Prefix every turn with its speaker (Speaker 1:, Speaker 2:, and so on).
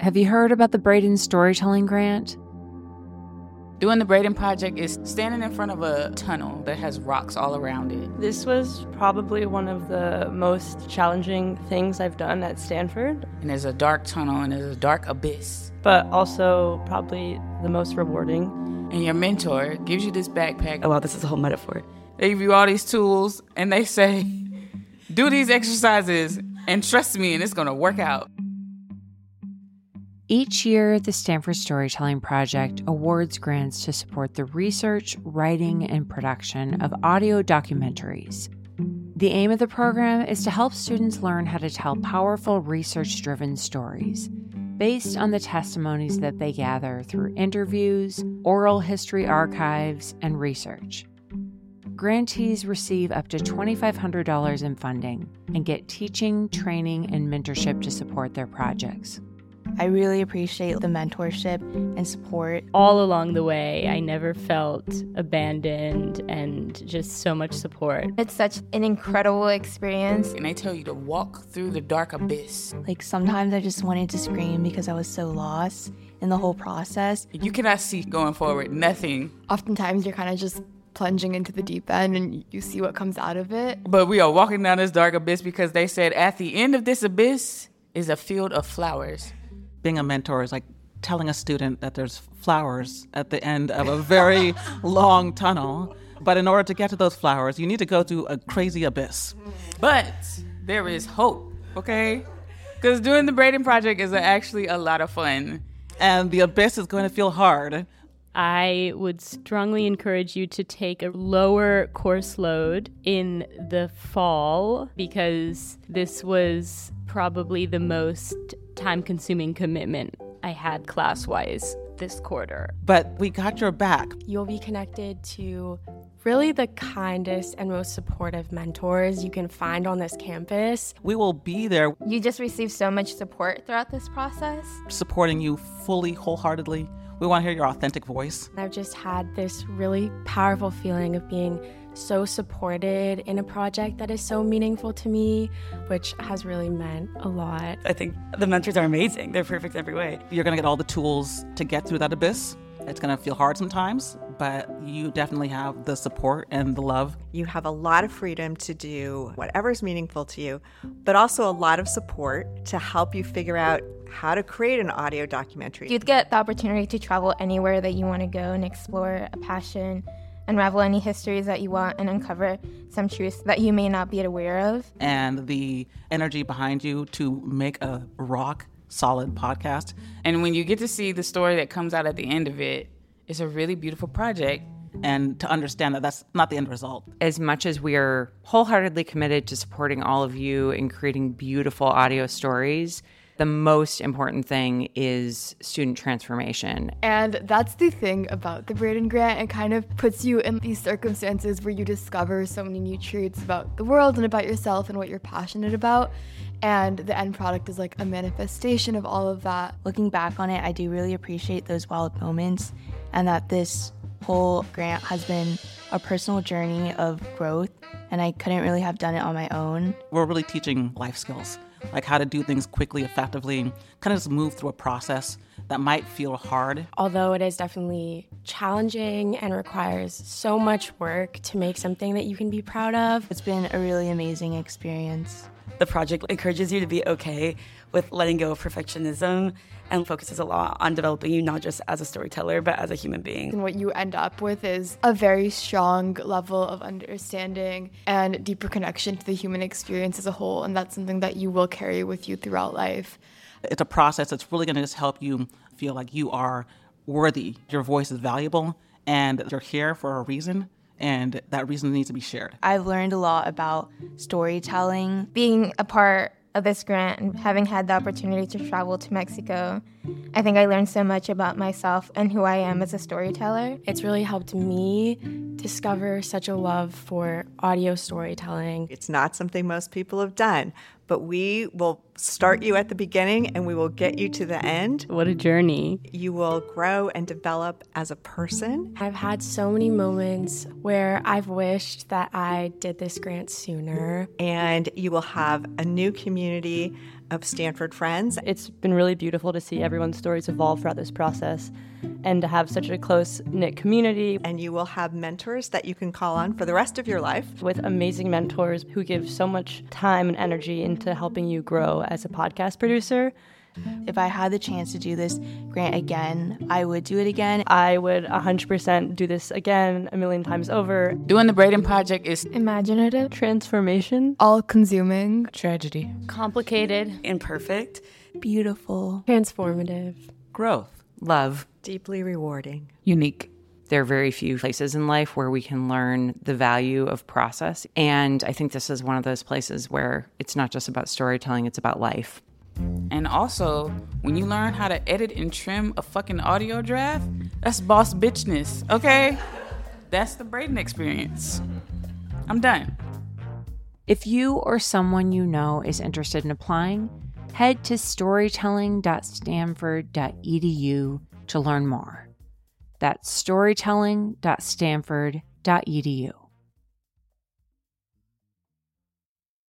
Speaker 1: Have you heard about the Braden Storytelling Grant?
Speaker 2: Doing the Braden Project is standing in front of a tunnel that has rocks all around it.
Speaker 3: This was probably one of the most challenging things I've done at Stanford,
Speaker 2: And there's a dark tunnel and there's a dark abyss.
Speaker 3: but also probably the most rewarding.
Speaker 2: And your mentor gives you this backpack.
Speaker 4: Oh, wow, this is a whole metaphor.
Speaker 2: They give you all these tools and they say, do these exercises and trust me and it's going to work out.
Speaker 1: Each year, the Stanford Storytelling Project awards grants to support the research, writing, and production of audio documentaries. The aim of the program is to help students learn how to tell powerful research driven stories based on the testimonies that they gather through interviews, oral history archives, and research. Grantees receive up to $2,500 in funding and get teaching, training, and mentorship to support their projects.
Speaker 5: I really appreciate the mentorship and support.
Speaker 6: All along the way, I never felt abandoned and just so much support.
Speaker 7: It's such an incredible experience.
Speaker 2: And they tell you to walk through the dark abyss.
Speaker 5: Like sometimes I just wanted to scream because I was so lost in the whole process.
Speaker 2: You cannot see going forward, nothing.
Speaker 7: Oftentimes, you're kind of just plunging into the deep end and you see what comes out of it.
Speaker 2: But we are walking down this dark abyss because they said at the end of this abyss is a field of flowers.
Speaker 4: Being a mentor is like telling a student that there's flowers at the end of a very long tunnel. But in order to get to those flowers, you need to go through a crazy abyss.
Speaker 2: But there is hope, okay? Because doing the Braden Project is actually a lot of fun.
Speaker 4: And the abyss is going to feel hard.
Speaker 6: I would strongly encourage you to take a lower course load in the fall because this was probably the most time consuming commitment I had class wise this quarter.
Speaker 4: But we got your back.
Speaker 8: You'll be connected to really the kindest and most supportive mentors you can find on this campus.
Speaker 4: We will be there
Speaker 7: You just receive so much support throughout this process.
Speaker 4: supporting you fully, wholeheartedly. We want to hear your authentic voice.
Speaker 8: I've just had this really powerful feeling of being so supported in a project that is so meaningful to me, which has really meant a lot.
Speaker 4: I think the mentors are amazing. They're perfect every way. You're going to get all the tools to get through that abyss. It's going to feel hard sometimes, but you definitely have the support and the love.
Speaker 9: You have a lot of freedom to do whatever's meaningful to you, but also a lot of support to help you figure out how to create an audio documentary.
Speaker 7: You'd get the opportunity to travel anywhere that you want to go and explore a passion, unravel any histories that you want, and uncover some truths that you may not be aware of.
Speaker 4: and the energy behind you to make a rock solid podcast.
Speaker 2: And when you get to see the story that comes out at the end of it, it's a really beautiful project.
Speaker 4: And to understand that that's not the end result.
Speaker 1: as much as we are wholeheartedly committed to supporting all of you in creating beautiful audio stories, the most important thing is student transformation.
Speaker 7: And that's the thing about the Braden Grant. It kind of puts you in these circumstances where you discover so many new truths about the world and about yourself and what you're passionate about. And the end product is like a manifestation of all of that.
Speaker 5: Looking back on it, I do really appreciate those wild moments and that this whole grant has been a personal journey of growth and I couldn't really have done it on my own.
Speaker 4: We're really teaching life skills, like how to do things quickly, effectively, kind of just move through a process that might feel hard.
Speaker 8: Although it is definitely challenging and requires so much work to make something that you can be proud of,
Speaker 5: It's been a really amazing experience.
Speaker 10: The project encourages you to be okay with letting go of perfectionism and focuses a lot on developing you not just as a storyteller, but as a human being.
Speaker 7: And what you end up with is a very strong level of understanding and deeper connection to the human experience as a whole. And that's something that you will carry with you throughout life.
Speaker 4: It's a process that's really going to just help you feel like you are worthy, your voice is valuable, and you're here for a reason, and that reason needs to be shared.
Speaker 5: I've learned a lot about storytelling
Speaker 7: being a part of this grant and having had the opportunity to travel to Mexico, I think I learned so much about myself and who I am as a storyteller.
Speaker 8: it's really helped me discover such a love for audio storytelling.
Speaker 9: It's not something most people have done, but we will start you at the beginning and we will get you to the end.
Speaker 6: What a journey.
Speaker 9: You will grow and develop as a person.
Speaker 8: I've had so many moments where I've wished that I did this grant sooner.
Speaker 9: and you will have a new community of Stanford Friends.
Speaker 3: It's been really beautiful to see everyone's stories evolve throughout this process and to have such a close knit community
Speaker 9: And you will have mentors that you can call on for the rest of your life.
Speaker 3: with amazing mentors who give so much time and energy into helping you grow as a podcast producer.
Speaker 5: If I had the chance to do this grant again, I would do it again.
Speaker 3: I would 100% do this again a million times over.
Speaker 2: Doing the Braden Project is
Speaker 7: Imaginative,
Speaker 3: Transformation.
Speaker 7: all consuming.
Speaker 4: Tragedy.
Speaker 6: Complicated.
Speaker 10: imperfect.
Speaker 5: Beautiful.
Speaker 8: Transformative.
Speaker 4: Growth.
Speaker 11: Love.
Speaker 9: Deeply rewarding.
Speaker 2: unique.
Speaker 11: There are very few places in life where we can learn the value of process. And I think this is one of those places where it's not just about storytelling, it's about life.
Speaker 2: And also, when you learn how to edit and trim a fucking audio draft, that's boss bitchness, okay? That's the Braden experience. I'm done.
Speaker 1: If you or someone you know is interested in applying, head to storytelling.stanford.edu to learn more. That's storytelling.stanford.edu.